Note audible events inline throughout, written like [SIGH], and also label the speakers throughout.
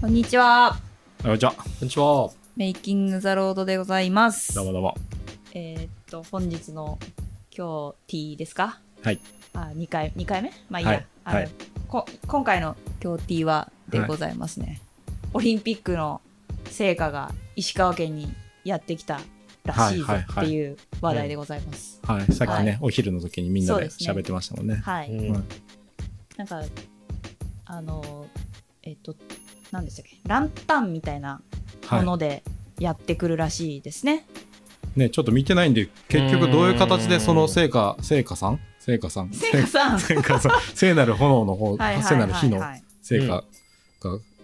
Speaker 1: こんにちは。
Speaker 2: こんにちは。
Speaker 3: こんにちは。
Speaker 1: メイキングザロードでございます。
Speaker 2: どうもどうも。
Speaker 1: えーっと、本日の今日 T ですか
Speaker 2: はい。
Speaker 1: あ、2回、二回目まあいいや。
Speaker 2: はい
Speaker 1: あの
Speaker 2: はい
Speaker 1: こ今回の今日 T はでございますね、オリンピックの成果が石川県にやってきたらしいぞ
Speaker 2: はい
Speaker 1: っ
Speaker 2: はいは
Speaker 1: て
Speaker 2: い
Speaker 1: いう話題でございます。
Speaker 2: はい。さっきね、
Speaker 1: はい
Speaker 2: お昼の時にみんな
Speaker 1: そう
Speaker 2: で
Speaker 1: ですね
Speaker 2: 喋ってましたもんね。
Speaker 1: はい。
Speaker 3: うん
Speaker 2: はい
Speaker 1: なんか、あの、えっと、何でしたっけ、ランタンみたいなも
Speaker 2: は
Speaker 1: のでやってくるらしいですね。
Speaker 2: い。ね、ちょっと見てないんで、結局どういう形でその聖火、聖火さん聖火さん
Speaker 1: せいかさん。
Speaker 2: 聖火さん。聖なる炎の方、
Speaker 1: はいはい
Speaker 2: 聖なる火の
Speaker 1: はいはい
Speaker 2: 聖火が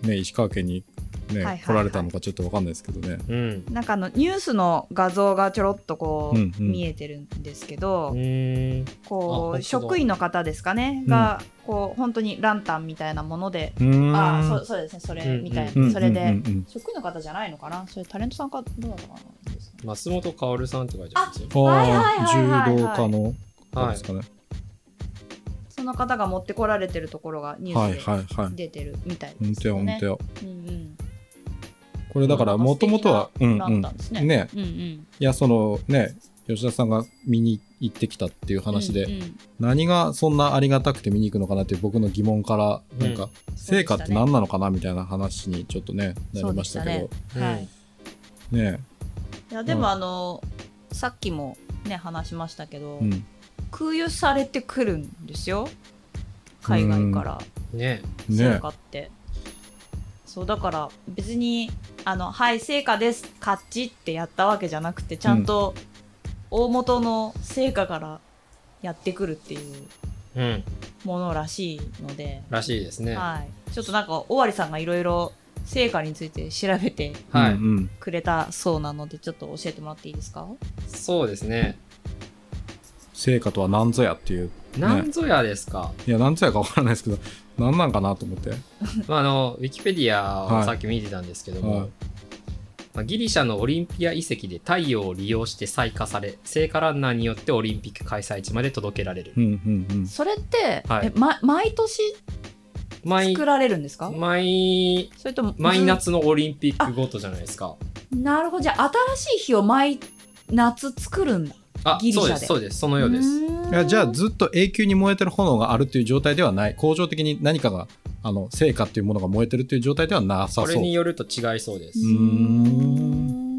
Speaker 2: ね、石川県に
Speaker 1: はいはい
Speaker 2: ね、来られたのかちょっとわかんないですけどね。
Speaker 3: うん。
Speaker 1: なんかあのニュースの画像がちょろっとこう、
Speaker 2: うんうん
Speaker 1: 見えてるんですけど、
Speaker 3: うん。あ本
Speaker 1: こ
Speaker 3: 当
Speaker 1: う
Speaker 3: だ
Speaker 1: 職員の方ですかね、
Speaker 2: うん
Speaker 1: がこう本当にランタンみたいなもので、
Speaker 2: うーん
Speaker 1: ああそうそうですねそれみたいな、
Speaker 2: うん
Speaker 1: それで、
Speaker 2: うんうん
Speaker 1: 職員の方じゃないのかなそれタレントさんかどうだったかなですね
Speaker 3: 松本薫さんって書いてあるんですよ。
Speaker 2: うん
Speaker 1: はいはい
Speaker 2: あ
Speaker 1: はいはい
Speaker 2: ー柔道家の方ですかね。
Speaker 1: その方が持ってこられてるところがニュ
Speaker 2: はい
Speaker 1: ース
Speaker 2: はいはい
Speaker 1: で。出てるみたい
Speaker 2: ほん
Speaker 1: です
Speaker 2: と
Speaker 1: よ
Speaker 2: よ、ほん
Speaker 1: ね
Speaker 2: と。よ。
Speaker 1: うんうん
Speaker 2: これだから、もともとは、うん
Speaker 1: ラ
Speaker 2: う
Speaker 1: ン
Speaker 2: ん
Speaker 1: タンです。ね。
Speaker 2: ね、
Speaker 1: うんうん。
Speaker 2: いや、そのね、吉田さんが見に行ってきたっていう話で、
Speaker 1: うんうん
Speaker 2: 何がそんなありがたくて見に行くのかなっていう僕の疑問から、なんか、成果って何なのかなみたいな話にちょっとね、なりましたけ
Speaker 1: そう
Speaker 2: ど、
Speaker 1: はい。
Speaker 2: ね
Speaker 1: いやでもあの、さっきもね話しましたけど、
Speaker 2: うん、
Speaker 1: 空輸されてくるんですよ海外から
Speaker 3: うん。ね
Speaker 1: 成
Speaker 2: ね
Speaker 1: 果って、そうだから別に「あのはい成果です勝ち」ってやったわけじゃなくてちゃんと大元の成果からやってくるっていう
Speaker 3: うん。
Speaker 1: ものらしいので、
Speaker 3: らしいですね。
Speaker 1: はい、ちょっとなんか尾張さんがいろいろ成果について調べて
Speaker 3: は
Speaker 2: う
Speaker 3: い。
Speaker 2: ん
Speaker 1: くれたそうなのでちょっと教えてもらっていいですか
Speaker 3: そうですね。
Speaker 2: 成果とは何ぞやっていう、
Speaker 3: なんぞやですか。
Speaker 2: いや、何ぞやかわからないですけど、何なんかなと思って。
Speaker 3: まあ、あの、ウィキペディア
Speaker 2: は
Speaker 3: を
Speaker 2: い
Speaker 3: さっき見てたんですけど
Speaker 2: はい
Speaker 3: も、まあギリシャのオリンピア遺跡で太陽を利用して採火され、聖火ランナーによってオリンピック開催地まで届けられる
Speaker 2: う。んうんうん。
Speaker 1: それって、
Speaker 3: はい
Speaker 1: えま、毎年
Speaker 3: 毎
Speaker 1: 作、られるんですか
Speaker 3: 毎、
Speaker 1: それとも
Speaker 3: 毎
Speaker 1: 夏
Speaker 3: 夏のオリンピックごとじゃないですか。
Speaker 1: なるほど。じゃあ、新しい日を毎夏作るんだ。
Speaker 3: あ
Speaker 1: ギ、リシャ
Speaker 3: そう
Speaker 1: で
Speaker 3: です、そうです。そのようです。
Speaker 1: ーん
Speaker 2: いやじゃあずっと永久に燃えてる炎があるっていう状態ではない恒常的に何かがあの成果っていうものが燃えてるっていう状態ではなさ
Speaker 3: こ
Speaker 2: そう
Speaker 3: れによると違いそうです。
Speaker 2: うーん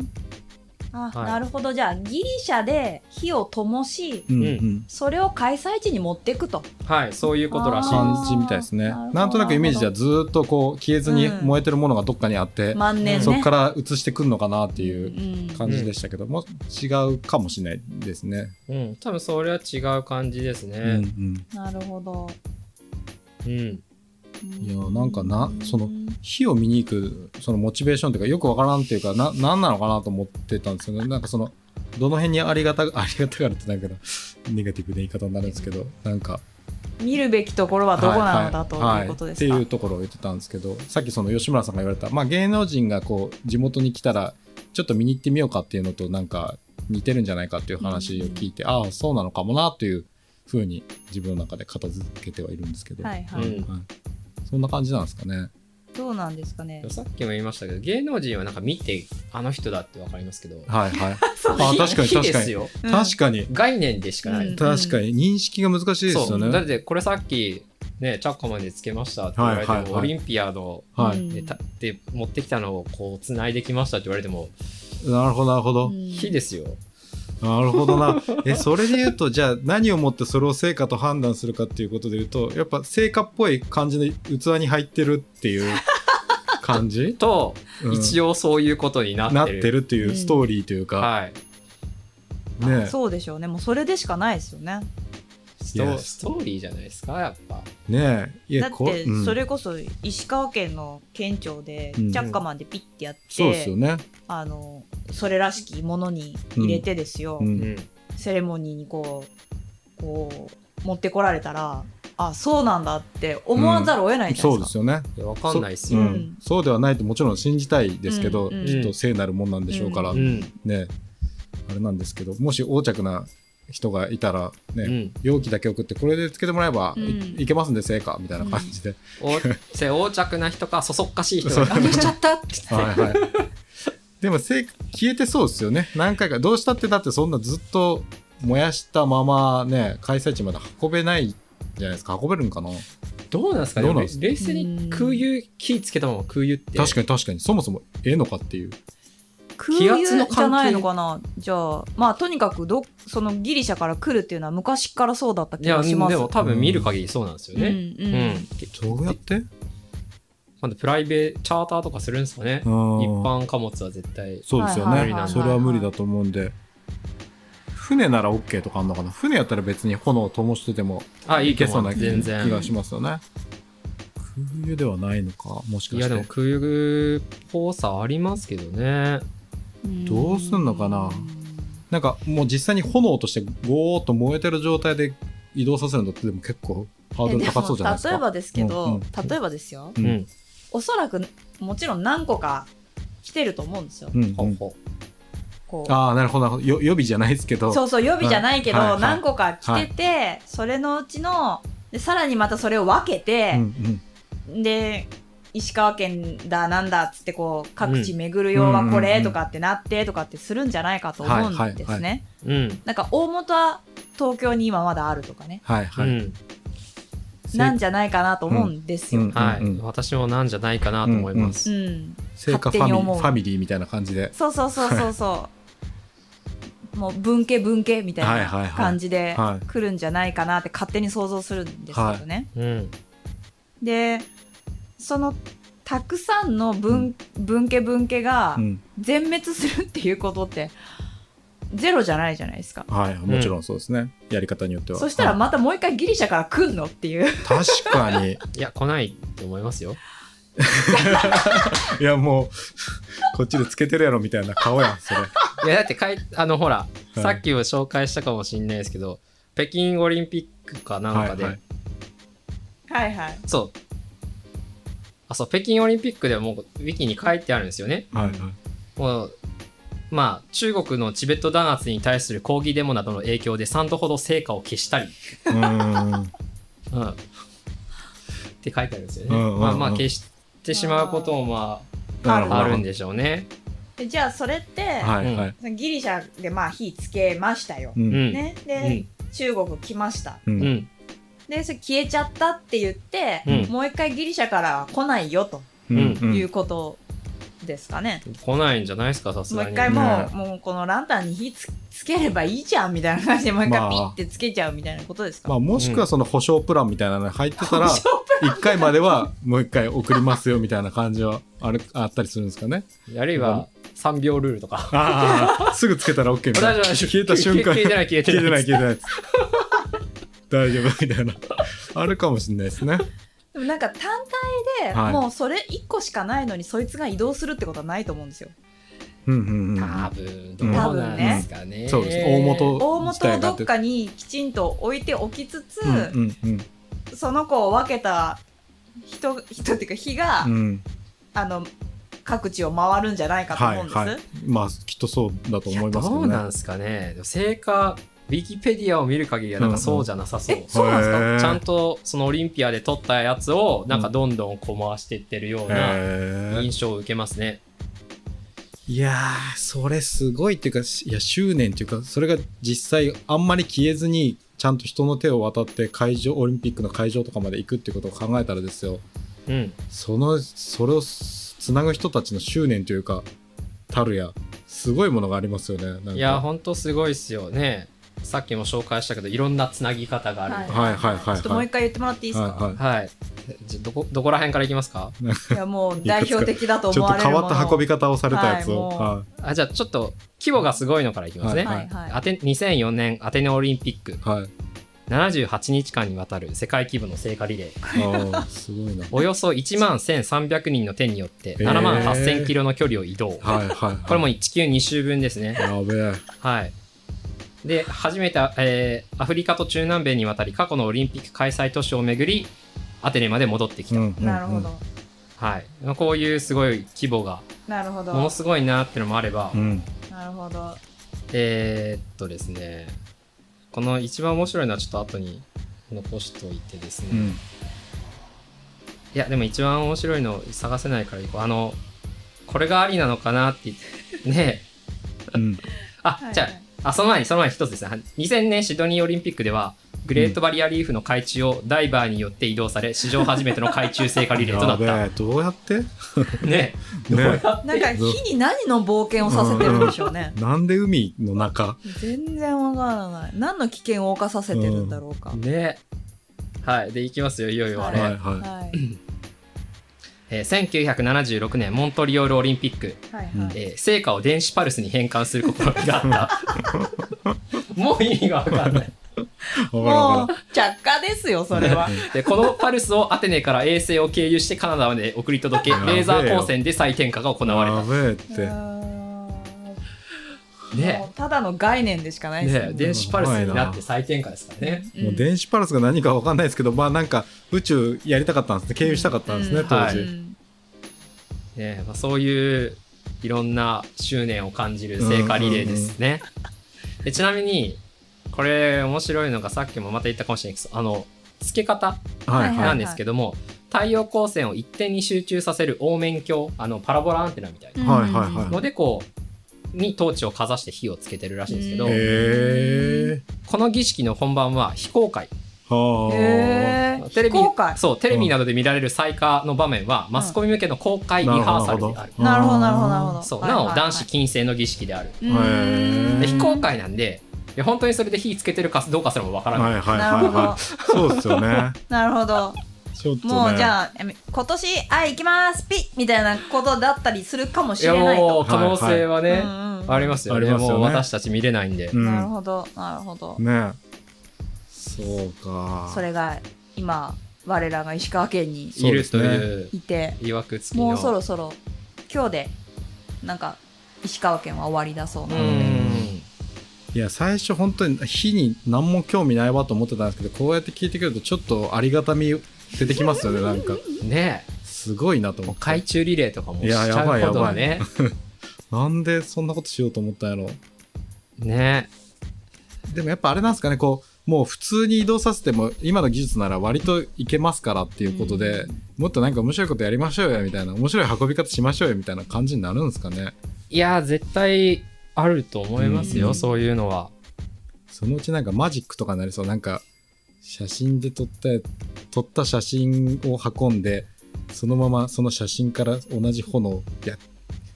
Speaker 1: あ、
Speaker 3: はい
Speaker 1: なるほど。じゃあ、ギリシャで火を灯し、
Speaker 2: うんう、
Speaker 3: うん
Speaker 1: それを開催地に持っていくと。
Speaker 3: はい、そういうことらしいです。
Speaker 2: 感じみたいですね
Speaker 1: あーなるほど
Speaker 2: なんとなくイメージではずっとこう消えずに燃えてるものがどっかにあって、
Speaker 1: 万年ね。
Speaker 2: そこから
Speaker 1: っ
Speaker 2: ら移してくるのかなっていう
Speaker 1: う
Speaker 2: 感じでしたけども、違うかもしれないですね。
Speaker 3: うん、多分それは違う感じです
Speaker 2: うん
Speaker 3: ね。
Speaker 1: んなるほど。
Speaker 3: うん。
Speaker 2: いやなんかなその火を見に行くそのモチベーションというかよくわからんっていうかな何なのかなと思ってたんですよねなんかそのどの辺にありがた [LAUGHS] ありがたがるってなんか [LAUGHS] ネガティブな言い方になるんですけどなんか
Speaker 1: 見るべきところはどこなのだと
Speaker 2: はいは
Speaker 1: うことです
Speaker 2: は
Speaker 1: か
Speaker 2: いっていうところを言ってたんですけどさっきその吉村さんが言われた、まあ、芸能人がこう地元に来たらちょっと見に行ってみようかっていうのとなんか似てるんじゃないかっていう話を聞いて、ああそうなのかもなというふうに自分の中で片付けてはいるんですけど、
Speaker 1: はいはい
Speaker 3: うん
Speaker 2: はいそんな感じなんですかね。
Speaker 1: どうなんですかね
Speaker 3: でも。さっきも言いましたけど、芸能人はなんか見て、あの人だってわかりますけど、
Speaker 2: はいはい、
Speaker 1: [LAUGHS] そう
Speaker 2: あ確かに確
Speaker 3: 火
Speaker 2: かに
Speaker 3: ですよ。
Speaker 1: うん
Speaker 2: 確かに
Speaker 3: 概念でしかない。
Speaker 1: うん
Speaker 2: 確かに認識が難しいです
Speaker 3: そ
Speaker 2: よ
Speaker 3: う、
Speaker 2: ね。
Speaker 3: だってこれさっき、ね、チャッカマンでつけましたって言われても、
Speaker 2: はいはいはい
Speaker 3: オリンピアの、
Speaker 2: はい、
Speaker 1: うん
Speaker 3: ね、たで持ってきたのをこう、つないできましたって言われても、
Speaker 2: なるほどなるほど、
Speaker 1: うん
Speaker 3: 火ですよ。
Speaker 2: なるほどなえそれで言うとじゃあ何をもってそれを成果と判断するかっていうことで言うとやっぱ成果っぽい感じの器に入ってるっていう
Speaker 1: [LAUGHS]
Speaker 2: 感じ、
Speaker 3: と、
Speaker 2: うん
Speaker 3: 一応そういうことにな
Speaker 2: なっ
Speaker 3: って
Speaker 2: て
Speaker 3: る。
Speaker 2: るっていうストーリーというか、
Speaker 3: はい。
Speaker 2: ね
Speaker 1: そうでしょうね。もうそれでしかないですよね。
Speaker 3: ス
Speaker 2: いや
Speaker 3: トストーリーじゃないですか、やっぱ。
Speaker 2: ねえい
Speaker 1: だ
Speaker 2: や
Speaker 1: っ
Speaker 2: こ
Speaker 1: て
Speaker 2: うん
Speaker 1: それこそ石川県の県庁でチ
Speaker 2: うん
Speaker 1: ャッカマンでピッてやって、
Speaker 2: そうですよね、
Speaker 1: あのそれらしきものに入れてですよ、
Speaker 2: う
Speaker 3: うんん。
Speaker 1: セレモニーにこうこう持ってこられたらあそうなんだって思わざるを得ないじゃない
Speaker 2: そ
Speaker 1: うで
Speaker 2: ですすよね、
Speaker 3: いやわかんないっす
Speaker 2: う
Speaker 3: よ。
Speaker 2: ん、そうではないともちろん信じたいですけど、
Speaker 1: うんうん
Speaker 2: きっと聖なるもんなんでしょうから、
Speaker 3: うん
Speaker 2: ねあれなんですけどもし横着な人がいたらね、
Speaker 3: うん
Speaker 2: 容器だけ送ってこれでつけてもらえばい,、
Speaker 1: うん
Speaker 2: けますんで成果みたいな感じで、
Speaker 3: おせ横着な人かそそっかしい人
Speaker 2: そう
Speaker 3: が「あ消しちゃった!」って言って
Speaker 2: はいはい [LAUGHS] でも成果消えてそうですよね何回かどうしたってだってそんなずっと燃やしたままね開催地まで運べないじゃないですか運べるんかな
Speaker 3: どうなんですかね
Speaker 2: どうなんですか
Speaker 3: 冷冷静に空輸火つけたまま空輸って
Speaker 2: 確かに確かにそもそもええのかっていう
Speaker 1: 空
Speaker 3: 気
Speaker 1: 輸
Speaker 3: 圧の関係
Speaker 1: じゃないのかなじゃあまあとにかくどそのギリシャから来るっていうのは昔からそうだった
Speaker 3: い
Speaker 1: 気
Speaker 3: や
Speaker 1: が
Speaker 3: で
Speaker 1: します
Speaker 3: も多分見る限りそうなんですよね、
Speaker 1: うんうん
Speaker 3: うん
Speaker 2: どうやって
Speaker 3: まだプライベートチャーターとかするんですかね
Speaker 2: 一
Speaker 3: 一般貨物は絶対
Speaker 2: そうですよ
Speaker 1: は
Speaker 2: ね、
Speaker 1: いはい
Speaker 3: はいはい
Speaker 2: それは無理だと思うんで船なら OK とかあんのかな船やったら別に炎を灯してても
Speaker 3: あいい
Speaker 2: い
Speaker 3: け
Speaker 2: け
Speaker 3: そ
Speaker 2: そうう
Speaker 3: な
Speaker 2: な
Speaker 3: 全
Speaker 2: 気
Speaker 3: 然
Speaker 2: がしますよね空輸ではないのかもしか
Speaker 3: い
Speaker 2: し
Speaker 3: やでも
Speaker 2: て
Speaker 3: 空輸っぽさありますけどね
Speaker 1: うん
Speaker 2: どうすんのかななんかもう実際に炎としてゴーっと燃えてる状態で移動させるのってでも結構ハードル高そうじゃないですか
Speaker 1: えでも例えばですけど、
Speaker 2: うんうん
Speaker 1: 例えばですよ
Speaker 2: う
Speaker 3: うんん、
Speaker 1: おそらくもちろん何個か来てると思うんですよ、
Speaker 2: うん
Speaker 3: ほ
Speaker 2: う
Speaker 3: うんほ
Speaker 1: こう
Speaker 2: ああなるほどなるほどよ予備じゃないですけど
Speaker 1: そうそう予備じゃないけど、
Speaker 2: はいはい
Speaker 1: 何個か来てて、それのうちのでさらにまたそれを分け
Speaker 2: うん
Speaker 1: て、
Speaker 2: うん
Speaker 1: で石川県だなんだっつってこう各地巡る用はこ
Speaker 2: う
Speaker 1: れ
Speaker 2: ん
Speaker 1: とかってなってとかってするんじゃないかと思うんですね、
Speaker 2: はいはいは
Speaker 3: ううん
Speaker 1: なんか大元は東京に今まだあるとかね
Speaker 2: はいはい、
Speaker 3: うん
Speaker 1: なんじゃないかなと思うんですよ、
Speaker 2: うん
Speaker 3: はい、
Speaker 2: うん
Speaker 3: 私もなんじゃないかなと思います、
Speaker 1: うん
Speaker 2: 成果フ
Speaker 1: 勝手
Speaker 2: ァミ
Speaker 1: に
Speaker 2: リ
Speaker 1: 思
Speaker 2: ー
Speaker 1: う
Speaker 2: ファミリーみたいな感じで
Speaker 1: そうそうそうそうそう。もう文系文系みた
Speaker 2: はいいはい
Speaker 1: な
Speaker 2: はい
Speaker 1: 感じで
Speaker 2: はい
Speaker 1: 来るんじゃないかなって勝手に想像するんですけどね。
Speaker 3: うん
Speaker 1: でそのたくさんの文,、文系文系が
Speaker 2: うん
Speaker 1: 全滅するっていうことってゼロじゃないじゃないですか。
Speaker 2: はいもちろんそうですね、やり方によっては
Speaker 1: そしたら
Speaker 2: はい
Speaker 1: またもう一回ギリシャから来んのっていう。 [LAUGHS]
Speaker 2: 確かに
Speaker 3: いや来ないと思いますよ
Speaker 2: いやもうこっちでつけてるやろみたいな顔やんそれ
Speaker 3: いやだってかいあのほら、
Speaker 2: い
Speaker 3: さっきも紹介したかもしれないですけど北京オリンピックかなんかで、
Speaker 2: はいは
Speaker 1: は
Speaker 2: い
Speaker 1: いはい。
Speaker 3: そうあそう北京オリンピックでもうウィキに書いてあるんですよね
Speaker 2: はいはい
Speaker 3: もうまあ中国のチベット弾圧に対する抗議デモなどの影響で3度ほど成果を消したり、
Speaker 2: うーん
Speaker 3: うん、って書いてあるんですよね、
Speaker 2: うんうんうん
Speaker 3: まあまあ消してしまうこともま
Speaker 2: なるほど
Speaker 3: ああるんでしょうね
Speaker 1: でじゃあそれって、
Speaker 2: はいはい
Speaker 1: そのギリシャでまあ火つけましたよ。
Speaker 2: うん
Speaker 3: うん
Speaker 1: ね、
Speaker 3: う
Speaker 1: で、
Speaker 3: ん
Speaker 1: 中国来ました。
Speaker 2: う
Speaker 3: うんん
Speaker 1: でそれ消えちゃったって言って、
Speaker 3: うん
Speaker 1: もう一回ギリシャからは来ないよと
Speaker 2: うんう
Speaker 1: いうんことですかね。
Speaker 3: 来ないんじゃないですかさす
Speaker 1: もう
Speaker 3: が
Speaker 1: 一
Speaker 3: に
Speaker 1: 回もう,、
Speaker 2: ね
Speaker 1: もうこのランタンに火つつければいいじゃんみたいな感じでもう一
Speaker 2: ま
Speaker 1: 回
Speaker 2: あ
Speaker 1: ピッてつけちゃうみたいなことですか、
Speaker 2: まあもしくはその保証プランみたいなのに入ってたら
Speaker 1: 保証
Speaker 2: 1回まではもう1回送りますよみたいな感じはあるあったりするんですかね
Speaker 3: あるいは3秒ルールとか
Speaker 2: ああすぐつけたら OK みた
Speaker 3: 大
Speaker 2: いな
Speaker 3: 丈夫大丈夫
Speaker 2: 消えた瞬間
Speaker 3: 消えてない消えて
Speaker 2: 消
Speaker 3: な
Speaker 2: え
Speaker 3: い
Speaker 2: てない消えてない大丈夫みたいなあるかもしれないですね
Speaker 1: でもなんか単体で
Speaker 2: はい
Speaker 1: もうそれ1個しかないのにそいつが移動するってことはないと思うんですよ。
Speaker 2: うんうんうん
Speaker 3: 多分どうなんですかね。
Speaker 2: そうです大元
Speaker 1: 大元をどっかにきちんと置いておきつつ、
Speaker 2: うんうん
Speaker 1: その子を分けた人人っていうか火が、
Speaker 2: うんうん
Speaker 1: あの各地を回るんじゃないかと思うんです。
Speaker 2: はいはいまあきっとそうだと
Speaker 3: いや
Speaker 2: 思いますけ
Speaker 3: ど
Speaker 2: ど
Speaker 3: う
Speaker 2: ね
Speaker 3: なんですかね。でも成果ウィキペディアを見る限りはなんかそうじゃなさそう。
Speaker 1: えそうなんですか
Speaker 2: へー
Speaker 3: ちゃんとそのオリンピアで取ったやつをなんかどんどんこう回していってるような
Speaker 2: へー
Speaker 3: 印象を受けますね。
Speaker 2: いやーそれすごいっていうかしいや執念っていうかそれが実際あんまり消えずにちゃんと人の手を渡って会場オリンピックの会場とかまで行くってことを考えたらですよ
Speaker 3: うん。
Speaker 2: そのそれをつなぐ人たちの執念というかたるやすごいものがありますよねなんか
Speaker 3: いや本当すごいですよね。さっきも紹介したけどいろんなつなぎ方がある。
Speaker 1: はい
Speaker 2: はいはいはいはい
Speaker 1: ちょっともう一回言ってもらっていいですか、
Speaker 2: はいはい
Speaker 3: はい。じゃどこどこら辺からいきますか。
Speaker 1: い、やもう代表的だと
Speaker 2: ち
Speaker 1: 思
Speaker 2: ょ
Speaker 1: われ
Speaker 2: っと
Speaker 1: る
Speaker 2: 変
Speaker 1: もの
Speaker 2: わった運び方をされたやつを、
Speaker 1: はいもう
Speaker 2: は
Speaker 3: あじゃあちょっと規模がすごいのからいきますね。
Speaker 1: はいはい
Speaker 3: アテ2004年アテネオリンピック
Speaker 2: い、はい、
Speaker 3: 78日間にわたる世界規模の聖火リレー
Speaker 2: あーすごいな
Speaker 3: およそ1万1300人の手によって7万8000キロの距離を移動、
Speaker 2: はいはい、はい、
Speaker 3: これも地球2周分ですね
Speaker 2: やべえ
Speaker 3: はいで初めて、えーアフリカと中南米にわたり過去のオリンピック開催都市をめぐりアテネまで戻ってきた、
Speaker 2: うんうん
Speaker 1: なるほど、
Speaker 3: はい、こういうすごい規模が
Speaker 1: なるほど
Speaker 3: ものすごいなってのもあれば、
Speaker 2: うん
Speaker 1: なるほど
Speaker 3: えーっとですねこの一番面白いのはちょっと後に残しておいてですね、
Speaker 2: う
Speaker 3: い
Speaker 2: ん
Speaker 3: やでも一番面白いの探せないからいこうあのこれがありなのかなって言っ
Speaker 1: [LAUGHS]
Speaker 3: てね
Speaker 2: う
Speaker 3: え
Speaker 2: ん
Speaker 3: あ、
Speaker 1: はい
Speaker 3: じゃああその前にその前に一つですねは2000年シドニーオリンピックではグレートバリアリーフの海中をダイバーによって移動され史上初めての海中聖火リレーとな
Speaker 2: や
Speaker 3: っ
Speaker 2: べ
Speaker 3: た
Speaker 2: えどうやってね
Speaker 3: ね
Speaker 1: なんか火に何の冒険をさせてるんでしょうね。
Speaker 2: なんで海の中
Speaker 1: 全然わからない。何の危険を冒させてるんだろうか。
Speaker 3: えねえはいでいきますよいよいよあれ、
Speaker 2: は
Speaker 1: はい
Speaker 2: は
Speaker 1: はい。
Speaker 3: えー1976年モントリオールオリンピック
Speaker 1: はい
Speaker 2: うん
Speaker 1: はい。
Speaker 3: えー成果を電子パルスに変換する試みがあ
Speaker 2: [LAUGHS]
Speaker 3: った。もう意味がわかん
Speaker 2: いわか
Speaker 3: ない。
Speaker 2: らん
Speaker 1: も
Speaker 2: わ
Speaker 1: う
Speaker 2: か、
Speaker 1: 着火ですよ、それは。
Speaker 3: で、このパルスをアテネから衛星を経由してカナダまで送り届け、
Speaker 2: やべえよ
Speaker 3: レーザー光線で再点火が行われ
Speaker 2: らんや
Speaker 3: た。
Speaker 2: べえっ
Speaker 1: う
Speaker 2: て
Speaker 1: ーんも
Speaker 3: ね
Speaker 1: うただの概念でしかないです
Speaker 3: ね
Speaker 1: よね。
Speaker 3: 電子パルスになって再点火ですからね。
Speaker 1: ん
Speaker 2: もう電子パルスが何かわかんないですけどまあなんか宇宙やりたかったんですね経由したかったんですね、
Speaker 1: うん
Speaker 2: 当
Speaker 3: は
Speaker 2: 時、
Speaker 3: い
Speaker 1: うん
Speaker 3: ねまあ、そういういろんな執念を感じる聖火リレーですね。でちなみに、これ面白いのがさっきもまた言ったかもしれないけど、あの、付け方。
Speaker 2: はいはい、
Speaker 3: なんですけども、太陽光線を一点に集中させる凹面鏡あのパラボラアンテナみたいな
Speaker 2: はいはいはい
Speaker 3: のでこうにトーチをかざして火をつけてるらしいんですけど、
Speaker 1: うん
Speaker 2: へえ
Speaker 3: この儀式の本番は非公開
Speaker 2: はあ、
Speaker 1: へー
Speaker 3: テレビ
Speaker 1: 非公開
Speaker 3: そうテレビなどで見られる再火の場面は、マスコミ向けの公開リハーサルである
Speaker 1: なるほどなるほどなるほど。
Speaker 3: そう
Speaker 1: はいは
Speaker 3: ないお
Speaker 1: はい
Speaker 3: 男子禁制の儀式である、
Speaker 1: う
Speaker 2: へ
Speaker 1: ーん
Speaker 3: で非公開なんでいや本当にそれで火つけてるかどうかすらもわからない、
Speaker 2: はいはいはい
Speaker 1: なるほど
Speaker 2: はいそうですよね
Speaker 1: なるほど。
Speaker 2: ちょっとね
Speaker 1: もうじゃあえめ今年あ行きますピッみたいなことだったりするかもし
Speaker 3: いや
Speaker 1: れない
Speaker 3: も
Speaker 1: と。
Speaker 3: う可能性はね、
Speaker 1: うんうん
Speaker 3: ありますよね
Speaker 2: ありますよね
Speaker 3: もう私たち見れないんで、
Speaker 2: うん
Speaker 1: なるほどなるほど。
Speaker 2: ねそうか
Speaker 1: それが今我らが石川県に
Speaker 3: いると
Speaker 2: そう
Speaker 3: いう
Speaker 1: いて、
Speaker 3: いわくつきの
Speaker 1: もうそろそろ今日でなんか石川県は終わりだそうな
Speaker 3: う
Speaker 1: ので。
Speaker 3: ん
Speaker 2: いや最初本当に火に何も興味ないわと思ってたんですけどこうやって聞いてくるとちょっとありがたみ出てきます [LAUGHS] よねなんか
Speaker 3: ね
Speaker 2: すごいなと
Speaker 3: え
Speaker 2: 思
Speaker 3: もう
Speaker 2: って
Speaker 3: 海中リレーとかもし
Speaker 2: い
Speaker 3: ち
Speaker 2: や
Speaker 3: ゃうほ
Speaker 2: やば
Speaker 3: ど
Speaker 2: い
Speaker 3: ね
Speaker 2: なんでそんなことしようと思ったんやろ
Speaker 3: ね
Speaker 2: でもやっぱあれなんですかねこうもう普通に移動させても今の技術なら割といけますからっていうことで、もっとなんか面白いことやりましょうよみたいな面白い運び方しましょうよみたいな感じになるんですかね
Speaker 3: いや絶対あると思いますよ、
Speaker 2: うん
Speaker 3: そういうのは
Speaker 2: そのうちなんかマジックとかになりそうなんか写真で撮った撮った写真を運んでそのままその写真から同じ炎や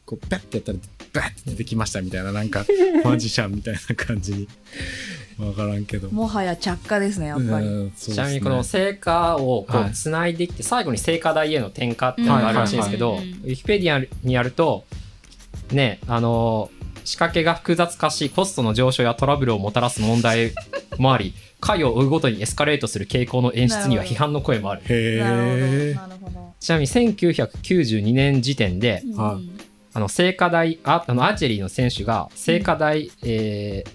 Speaker 2: こうバッてやったらバッて出てきましたみたい
Speaker 1: [LAUGHS]
Speaker 2: ななんかマジシャンみたいな感じに分からんけど
Speaker 1: もはや着火ですねやっぱり。
Speaker 2: うんそうですね
Speaker 3: ちなみにこの聖火をこ
Speaker 2: は
Speaker 3: う
Speaker 2: い
Speaker 3: つないでいって、最後に聖火台への点火っていうのがあるらしいんですけど、
Speaker 1: はいはいはい
Speaker 3: ウィキペディアにやるとねえあのー仕掛けが複雑化しコストの上昇やトラブルをもたらす問題もあり回を追うごとにエスカレートする傾向の演出には批判の声もある
Speaker 1: な
Speaker 2: へ
Speaker 1: る
Speaker 2: え
Speaker 1: ほどなるほど。
Speaker 3: ちなみに1992年時点で、
Speaker 1: うん
Speaker 2: は
Speaker 3: あの聖火台ああのアーチェリーの選手が聖火台、え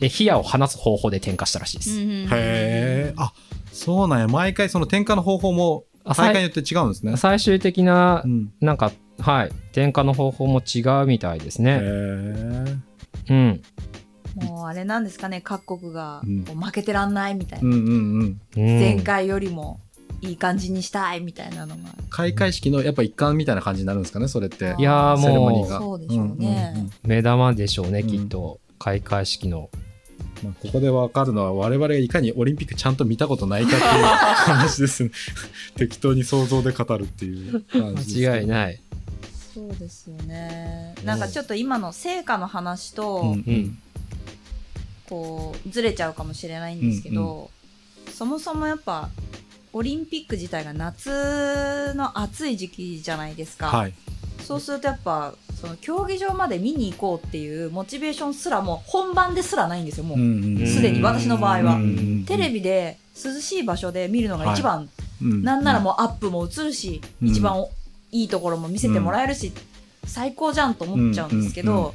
Speaker 3: ー、え火矢を放つ方法で点火したらしいです。
Speaker 1: へ
Speaker 2: へえ。あそうなんや毎回その転換の方法も
Speaker 3: あ
Speaker 2: 大会に
Speaker 3: 最
Speaker 2: よって違うんですね。
Speaker 3: 最終的な
Speaker 2: う、ん、
Speaker 3: なんか、はい、点火の方法も違うみたいです
Speaker 2: へ
Speaker 3: ね。
Speaker 2: え。
Speaker 3: うん。
Speaker 1: もうあれなんですかね各国が
Speaker 2: うん
Speaker 1: こう負けてらんないみたいな
Speaker 2: うんうんうん。
Speaker 3: うん
Speaker 1: 前回よりもいい感じにしたいみたいなのが、
Speaker 2: 開会式のやっぱ一環みたいな感じになるんですかねそれって
Speaker 1: あー
Speaker 3: いやー
Speaker 2: セレモニー
Speaker 3: も
Speaker 2: が
Speaker 1: そうでしょうね
Speaker 2: んんん
Speaker 3: 目玉でしょうね、
Speaker 2: うん
Speaker 3: きっと。開会式の。
Speaker 2: まあ、ここで分かるのは我々がいかにオリンピックちゃんと見たことないかっていう話
Speaker 3: [LAUGHS]
Speaker 2: ですね適当に想像で語るっていう感じです
Speaker 3: 間違い
Speaker 2: い
Speaker 3: ない。
Speaker 1: そうですよねなんかちょっと今の成果の話と、
Speaker 2: うんうん
Speaker 1: こうずれちゃうかもしれないんですけど、そもそもやっぱオリンピック自体が夏の暑い時期じゃないですか、
Speaker 2: はい
Speaker 1: そうするとやっぱその競技場まで見に行こうっていうモチベーションすらもう本番ですらないんですよもう、
Speaker 2: ん
Speaker 1: すでに私の場合は
Speaker 2: うん
Speaker 1: テレビで涼しい場所で見るのが一番
Speaker 2: うん
Speaker 1: なんならもうアップも映るし、
Speaker 2: うん
Speaker 1: 一番おいいところも見せてもらえるし、最高じゃんと思っちゃうんですけど、
Speaker 2: うんうんう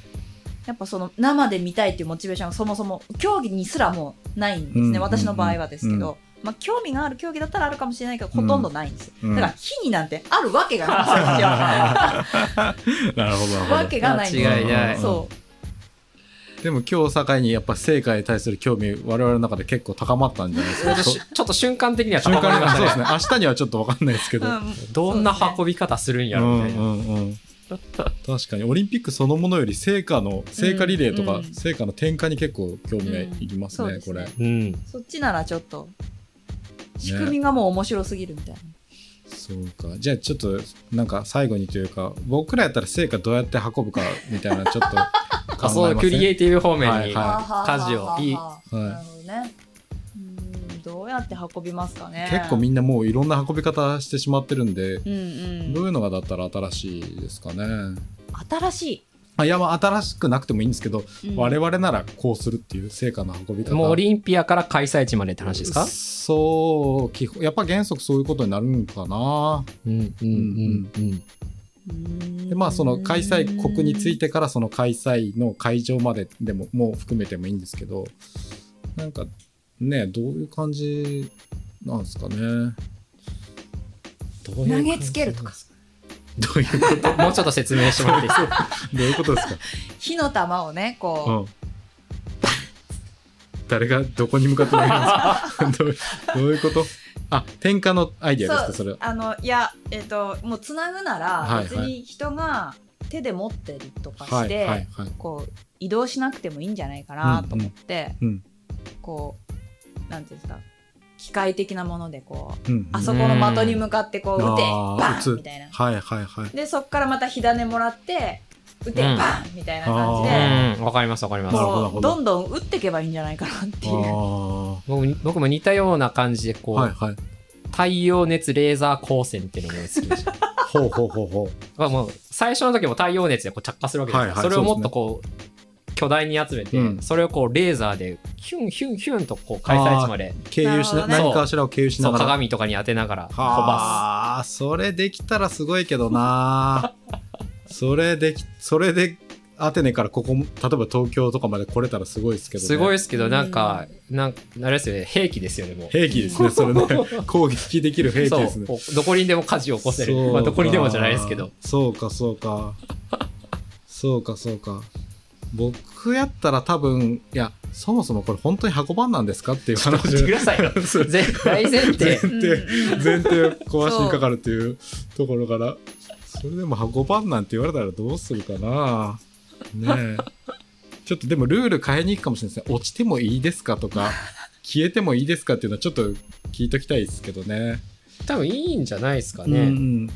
Speaker 1: やっぱその生で見たいっていうモチベーションがそもそも競技にすらもうないんですね、
Speaker 2: うんうんうん
Speaker 1: 私の場合はですけど、まあ、興味がある競技だったらあるかもしれないけどほとんどないんですよ、
Speaker 2: うん
Speaker 1: だから火になんてあるわけが
Speaker 2: [LAUGHS]
Speaker 1: ないんですよ私は
Speaker 2: なるほどなるほど
Speaker 1: わけがないんです
Speaker 3: 間違
Speaker 2: いない
Speaker 1: そう
Speaker 2: でも今日を境にやっぱ成果に対する興味我々の中で結構高まったんじゃないですか
Speaker 3: ちょちょっと瞬間的には
Speaker 2: 瞬
Speaker 3: 高まり
Speaker 2: 間
Speaker 3: ま
Speaker 2: が
Speaker 3: した
Speaker 2: そうで
Speaker 3: ね
Speaker 2: すね明日にはちょっと分かんないですけど、
Speaker 1: う
Speaker 2: うん
Speaker 1: ん
Speaker 3: どんな運び方するんや
Speaker 2: う
Speaker 3: ろみ
Speaker 2: ん
Speaker 3: たいな、
Speaker 2: うん、確かにオリンピックそのものより成果の成果リレーとか、
Speaker 1: うん
Speaker 2: 成果の転換に結構興味がいきますね、
Speaker 1: うん
Speaker 2: こ
Speaker 1: そう
Speaker 2: れ
Speaker 1: です
Speaker 3: うん、
Speaker 1: そっちならちょっと仕組みがもう面白すぎるみたいな、
Speaker 2: そうかじゃあちょっとなんか最後にというか僕らやったら成果どうやって運ぶかみたいなちょっと考
Speaker 3: [LAUGHS] あそ
Speaker 2: え
Speaker 3: う
Speaker 2: ま
Speaker 3: ク
Speaker 2: せん
Speaker 3: リエイティブ方面に、
Speaker 2: はいは
Speaker 3: 家事をいい
Speaker 2: い
Speaker 1: なるほどねうんどうやって運びますかね
Speaker 2: 結構みんなもういろんな運び方してしまってるんで、
Speaker 1: うん
Speaker 2: ど
Speaker 1: う
Speaker 2: うんいうのがだったら新しいですかね
Speaker 1: 新し
Speaker 2: あいやまあ新しくなくてもいいんですけど、
Speaker 1: い、うん
Speaker 2: 我々ならこうするっていう成果の運び方
Speaker 3: もうオリンピアから開催地までって話ですか
Speaker 2: そう基本やっぱ原則そういうことになるんかな、
Speaker 3: うんうんうんうん
Speaker 1: うん
Speaker 2: でまあその開催国についてからその開催の会場まででももう含めてもいいんですけどなんかねどういう感じなんですかね
Speaker 3: どうい
Speaker 1: 投
Speaker 3: う
Speaker 1: げつけるとか
Speaker 2: どういうこと
Speaker 3: もうちょっと説明してもらっていいですか
Speaker 2: どういうことですか
Speaker 1: 火の玉をねこう、
Speaker 2: うん、誰がどこに向かって投げるんですかどうどういうことあ転換のアイディアですかそれは
Speaker 1: あのいやえっ、ともうつなぐなら
Speaker 2: はい
Speaker 1: 別に人が手で持ってるとかして、
Speaker 2: はいはいはい
Speaker 1: こう移動しなくてもいいんじゃないかなと思って、
Speaker 2: うんうん
Speaker 1: こうなんていうんですか機械的なものでこう、
Speaker 2: うんうん
Speaker 1: あそこの的に向かってこう
Speaker 2: うん
Speaker 1: 打て
Speaker 2: あー
Speaker 1: バ
Speaker 2: 打
Speaker 1: ン
Speaker 2: つ
Speaker 1: みたいな
Speaker 2: はいはいはい
Speaker 1: でそっからまた火種もらって打て、
Speaker 3: うん
Speaker 1: バンみたいな感じ
Speaker 2: あー
Speaker 1: で
Speaker 3: うんわかりますわかります
Speaker 2: なるほどなる
Speaker 1: こ
Speaker 2: ほ
Speaker 1: う
Speaker 2: ど
Speaker 1: どんどん打っていけばいいんじゃないかなっていう。
Speaker 2: あ
Speaker 3: 僕も僕も似たような感じで
Speaker 2: あ
Speaker 3: こう、
Speaker 2: はいはい
Speaker 3: 太陽熱レーザー光線っていうのを思いつきました
Speaker 2: ほうほうほうほ
Speaker 3: まあもう最初の時も太陽熱でこう着火するわけですか
Speaker 2: は
Speaker 3: ら、
Speaker 2: いはい
Speaker 3: それをもっとこう巨大に集めて、
Speaker 2: うん
Speaker 3: それをこうレーザーでヒュンヒュンヒュンとこう開催地まで
Speaker 2: う経由しな
Speaker 1: なるほどね
Speaker 2: 何かしらを経由し
Speaker 3: そ
Speaker 2: な
Speaker 3: う
Speaker 2: がら
Speaker 3: 鏡とかに当てながら飛ば
Speaker 2: はあそれできたらすごいけど
Speaker 3: [LAUGHS]
Speaker 2: なそれできそれでアテネからここ例えば東京とかまで来れたらすごいですけど、
Speaker 3: す。
Speaker 2: ね、
Speaker 3: すごいですけど、なんか、なんかあれですよね、兵器ですよね、もう。
Speaker 2: 兵器ですねそれ
Speaker 3: [LAUGHS]
Speaker 2: ね攻撃できる兵器
Speaker 3: そ
Speaker 2: ですね
Speaker 3: う、こうどこにでも火事を起こせる。
Speaker 2: そう
Speaker 3: まあ、どこにでもじゃないですけど。
Speaker 2: そうかそうかそうかそうか僕やったら多分いやそもそもこれ本当に箱番なんですかっていう
Speaker 3: [LAUGHS] ちょっと待って
Speaker 2: 話を
Speaker 3: くださいよ。
Speaker 2: [LAUGHS]
Speaker 3: ぜ大前提
Speaker 2: 前。提前提を壊しにかかるっていうところからそれでも箱番なんて言われたらどうするかなねえちょっとでもルール変えに行くかもしれないですね落ちてもいいですかとか消えてもいいですかっていうのはちょっと聞いときたいですけどね
Speaker 3: 多分いいんじゃないですか
Speaker 2: うん
Speaker 3: ね。
Speaker 2: うん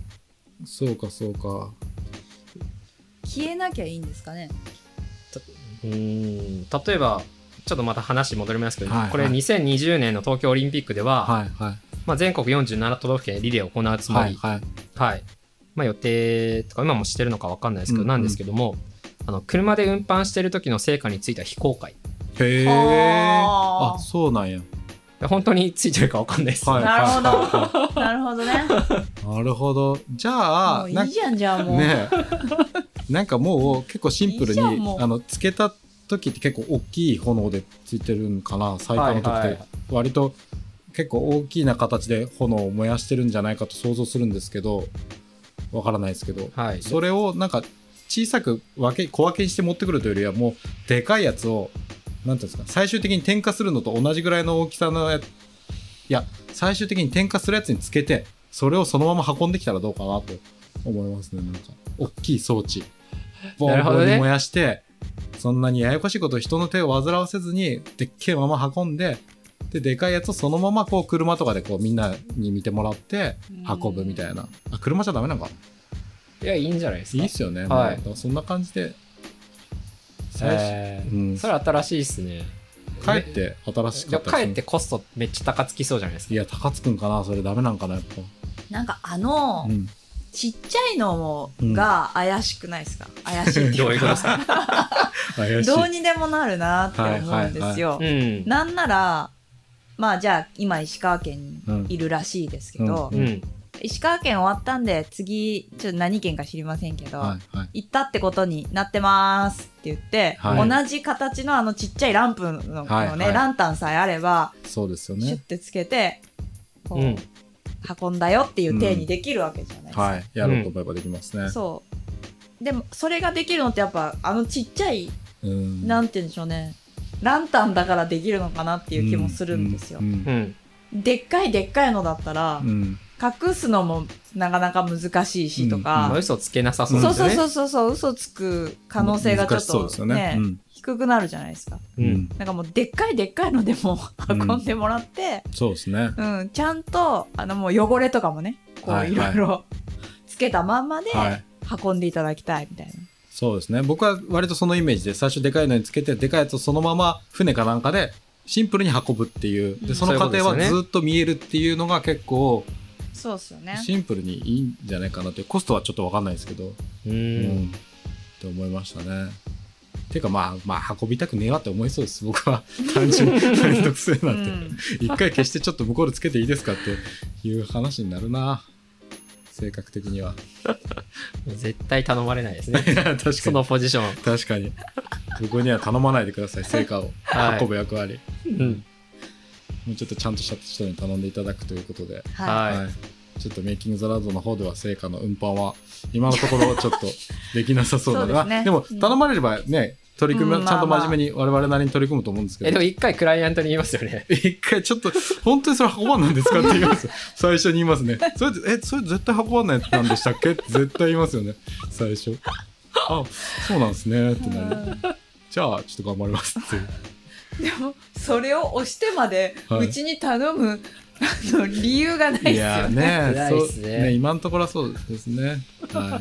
Speaker 2: そうかそうか
Speaker 1: 消えなきゃいいんです
Speaker 2: [LAUGHS]
Speaker 1: かね。
Speaker 3: うーん例えば、ちょっとまた話戻りますけど、
Speaker 2: はいはい
Speaker 3: これ2020年の東京オリンピックでは、
Speaker 2: はいはい
Speaker 3: まあ、全国47都道府県でリレーを行うつもり、
Speaker 2: はいはい
Speaker 3: はい。まあ予定とか、今もしてるのかわかんないですけ
Speaker 2: う
Speaker 3: ど、
Speaker 2: んうん
Speaker 3: なんですけども、あの、車で運搬してる時の成果については非公開。
Speaker 2: へえ。
Speaker 1: はー
Speaker 2: あ、そうなんや。
Speaker 3: 本当についてるかわかんないです。
Speaker 2: はい
Speaker 1: なるほど
Speaker 2: は
Speaker 1: なるほどね。
Speaker 2: なるほど。じゃ
Speaker 1: も
Speaker 2: あ、
Speaker 1: う
Speaker 2: ないん
Speaker 1: いじゃんじゃあもう。
Speaker 2: ねえ、なんかもう結構シンプルに
Speaker 1: いいじゃんもう
Speaker 2: あのつけた時って結構大きい炎でついてるんかな。最火の時って、
Speaker 3: はいはい
Speaker 2: 割と結構大きな形で炎を燃やしてるんじゃないかと想像するんですけど、わからないですけど、
Speaker 3: はい。
Speaker 2: それをなんか小さく分け小分けにして持ってくるというよりはもうでかいやつをなんていうんですか最終的に点火するのと同じぐらいの大きさのやいや最終的に点火するやつにつけてそれをそのまま運んできたらどうかなと思いますねなんか大きい装置ボ
Speaker 3: なる
Speaker 2: ン
Speaker 3: ほ
Speaker 2: ボ
Speaker 3: どね
Speaker 2: ンに燃やして、そんなにややこしいこと人の手を煩わせずにでっけえまま運んでででかいやつをそのままこう車とかでこうみんなに見てもらって運ぶみたいなあ車じゃダメなのか
Speaker 3: いや、いいんじゃないです
Speaker 2: い
Speaker 3: か。
Speaker 2: いっすよね。
Speaker 3: はい
Speaker 2: なんかそんな感じで、最初
Speaker 3: えー
Speaker 2: うん
Speaker 3: それ新しいですね。
Speaker 2: 帰って新し
Speaker 3: で
Speaker 2: かっ
Speaker 3: も
Speaker 2: た
Speaker 3: 帰ってコストめっちゃ高つきそうじゃないです
Speaker 2: い
Speaker 3: か。
Speaker 2: や、高津くんかなそれダメなんかなやっぱ。
Speaker 1: なんかあの、
Speaker 2: うん。
Speaker 1: ちっちゃいのが怪しくないですか、怪しいって
Speaker 3: どう
Speaker 1: い
Speaker 3: いううこと
Speaker 1: か
Speaker 3: ですか。
Speaker 2: 怪しい。
Speaker 1: どうにでもなるなって思うんですよ、
Speaker 3: うん。
Speaker 1: なんならまあじゃあ今石川県にいるらしいですけど、
Speaker 2: う
Speaker 3: うん。
Speaker 1: 石川県終わったんで次ちょっと何県か知りませんけど、
Speaker 2: はいはい。
Speaker 1: 行ったってことになってますって言って、
Speaker 2: はい
Speaker 1: 同じ形のあのちっちゃいランプののね、
Speaker 2: はいはい
Speaker 1: ランタンさえあれば、
Speaker 2: そうですよ
Speaker 1: シュッ
Speaker 2: ね。
Speaker 1: てつけてこう、
Speaker 3: うん
Speaker 1: 運んだよっていう体にできるわけじゃないですか、
Speaker 2: はい。やろうと思えばできますね。
Speaker 1: そうでもそれができるのってやっぱあのちっちゃい
Speaker 2: うん
Speaker 1: なんて言うんでしょうねランタンだからできるのかなっていう気もするんですよ、
Speaker 2: うん
Speaker 3: うん。
Speaker 1: でっかいでっかいのだったら、
Speaker 2: うん
Speaker 1: 隠すのもなかなか難しいしと
Speaker 2: うん
Speaker 3: まあ
Speaker 1: か、
Speaker 3: 嘘つけなさそう
Speaker 1: そう
Speaker 3: です
Speaker 1: そ
Speaker 3: よ
Speaker 1: う
Speaker 3: ね。
Speaker 1: そうそうそう嘘つく可能性がちょ
Speaker 2: 難
Speaker 1: っ
Speaker 2: しそう
Speaker 1: と
Speaker 2: ですよね。うん
Speaker 1: 低くなるじゃないですか
Speaker 2: う
Speaker 3: うんん。
Speaker 1: なんかもうでっかいでっかいのでも
Speaker 2: うん
Speaker 1: 運んでもらって、
Speaker 2: そうですね。
Speaker 1: うんちゃんとあのもう汚れとかもねこ
Speaker 2: は
Speaker 1: う
Speaker 2: い
Speaker 1: いろいろつけたまんまで
Speaker 2: はい。
Speaker 1: 運んでいただきたいみたいな、
Speaker 2: そうですね。僕は割とそのイメージで、最初でかいのにつけて、でかいやつをそのまま船かなんかでシンプルに運ぶっていう。
Speaker 1: う
Speaker 2: で、
Speaker 1: ん
Speaker 2: その過程は
Speaker 3: そういうことですよね
Speaker 2: ずっと見えるっていうのが結構
Speaker 1: そうっすよね
Speaker 2: シンプルにいいんじゃないかなって、コストはちょっとわかんないですけど、
Speaker 3: う
Speaker 2: うん。っ
Speaker 3: ん。
Speaker 2: て思いましたね。ていうかまあ、まあ運びたくねえわって思いそうです。僕は [LAUGHS] 単純にめんどくせえ
Speaker 1: う
Speaker 2: なって。
Speaker 1: ん、
Speaker 2: 一回消してちょっと向こうでつけていいですかっていう話になるな。性格的に [LAUGHS] は。
Speaker 3: 絶対頼まれないですね。
Speaker 2: 確かに。
Speaker 3: そのポジション。
Speaker 2: 確かに僕には頼まないでください成果を
Speaker 3: はい
Speaker 2: 運ぶ役割、
Speaker 3: うん。
Speaker 2: もうちょっとちゃんとした人に頼んでいただくということで、
Speaker 1: はい
Speaker 3: はい
Speaker 2: ちょっとメイキング・ザ・ラードの方では成果の運搬は今のところちょっとできなさそうなの
Speaker 1: そうですね
Speaker 2: でも
Speaker 1: うん
Speaker 2: 頼まれればね取り組みは
Speaker 1: うん
Speaker 2: ちゃんと
Speaker 1: まあ
Speaker 2: 真
Speaker 1: まあ
Speaker 2: 面目に我々なりに取り組むと思うんですけ
Speaker 3: え、で
Speaker 2: ど、
Speaker 3: も一回クライアントに言いますよね。
Speaker 2: 一回ちょっと本当にそれ運ばんなんですかって言います [LAUGHS] 最初に言いますねそれえそれ絶対運ばんないやつなんでしたっけって絶対言いますよね最初あそうなんですねってなるじゃあちょっと頑張りますっていう
Speaker 1: でもそれを押してまで
Speaker 2: はいう
Speaker 1: ちに頼む、あの理由がない [LAUGHS] です
Speaker 2: い
Speaker 1: よ
Speaker 2: や
Speaker 1: ね。
Speaker 2: ね
Speaker 3: 辛い
Speaker 2: そ
Speaker 3: っ
Speaker 2: う
Speaker 3: すね
Speaker 2: ね今のところはそうですね、は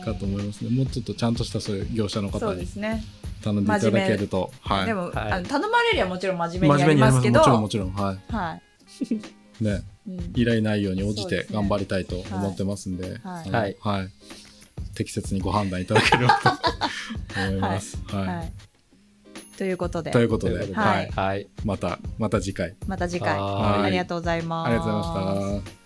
Speaker 2: い、かと思いますねもうちょっとちゃんとしたそういう業者の
Speaker 1: そ
Speaker 2: 方
Speaker 1: うで
Speaker 2: に
Speaker 1: すね。
Speaker 2: 頼んでいただけると、はい、
Speaker 1: でも、
Speaker 3: はい
Speaker 1: あの頼まれりゃもちろん真面
Speaker 2: 真
Speaker 1: 目に
Speaker 2: 面
Speaker 1: や
Speaker 2: 目
Speaker 1: り
Speaker 2: にや
Speaker 1: ま
Speaker 2: りますす
Speaker 1: け
Speaker 2: も
Speaker 1: ど、
Speaker 2: ちろんもちろんは
Speaker 1: はい
Speaker 2: ね
Speaker 1: い、うん
Speaker 2: 依頼内容に応じ
Speaker 1: そうで
Speaker 2: て
Speaker 1: すね
Speaker 2: 頑張りたいと思ってますんで
Speaker 1: はい
Speaker 2: は
Speaker 3: はいい
Speaker 2: はい適切にご判断いただけれ [LAUGHS] ばと思います、はい
Speaker 1: はい。ということで
Speaker 2: とい、うことで、
Speaker 3: ということ
Speaker 1: で
Speaker 2: は
Speaker 1: はい
Speaker 2: い、
Speaker 3: はい。
Speaker 2: またまた次回
Speaker 1: また次回
Speaker 3: は
Speaker 2: ーい
Speaker 1: ありがとうございます。
Speaker 2: ありがとうございました。